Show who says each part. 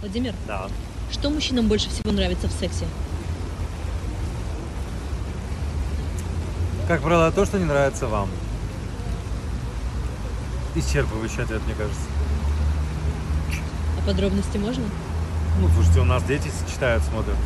Speaker 1: Владимир,
Speaker 2: Да.
Speaker 1: что мужчинам больше всего нравится в сексе?
Speaker 2: Как правило, то, что не нравится вам. Исчерпывающий ответ, мне кажется.
Speaker 1: А подробности можно?
Speaker 2: Ну, слушайте, у нас дети читают, смотрят.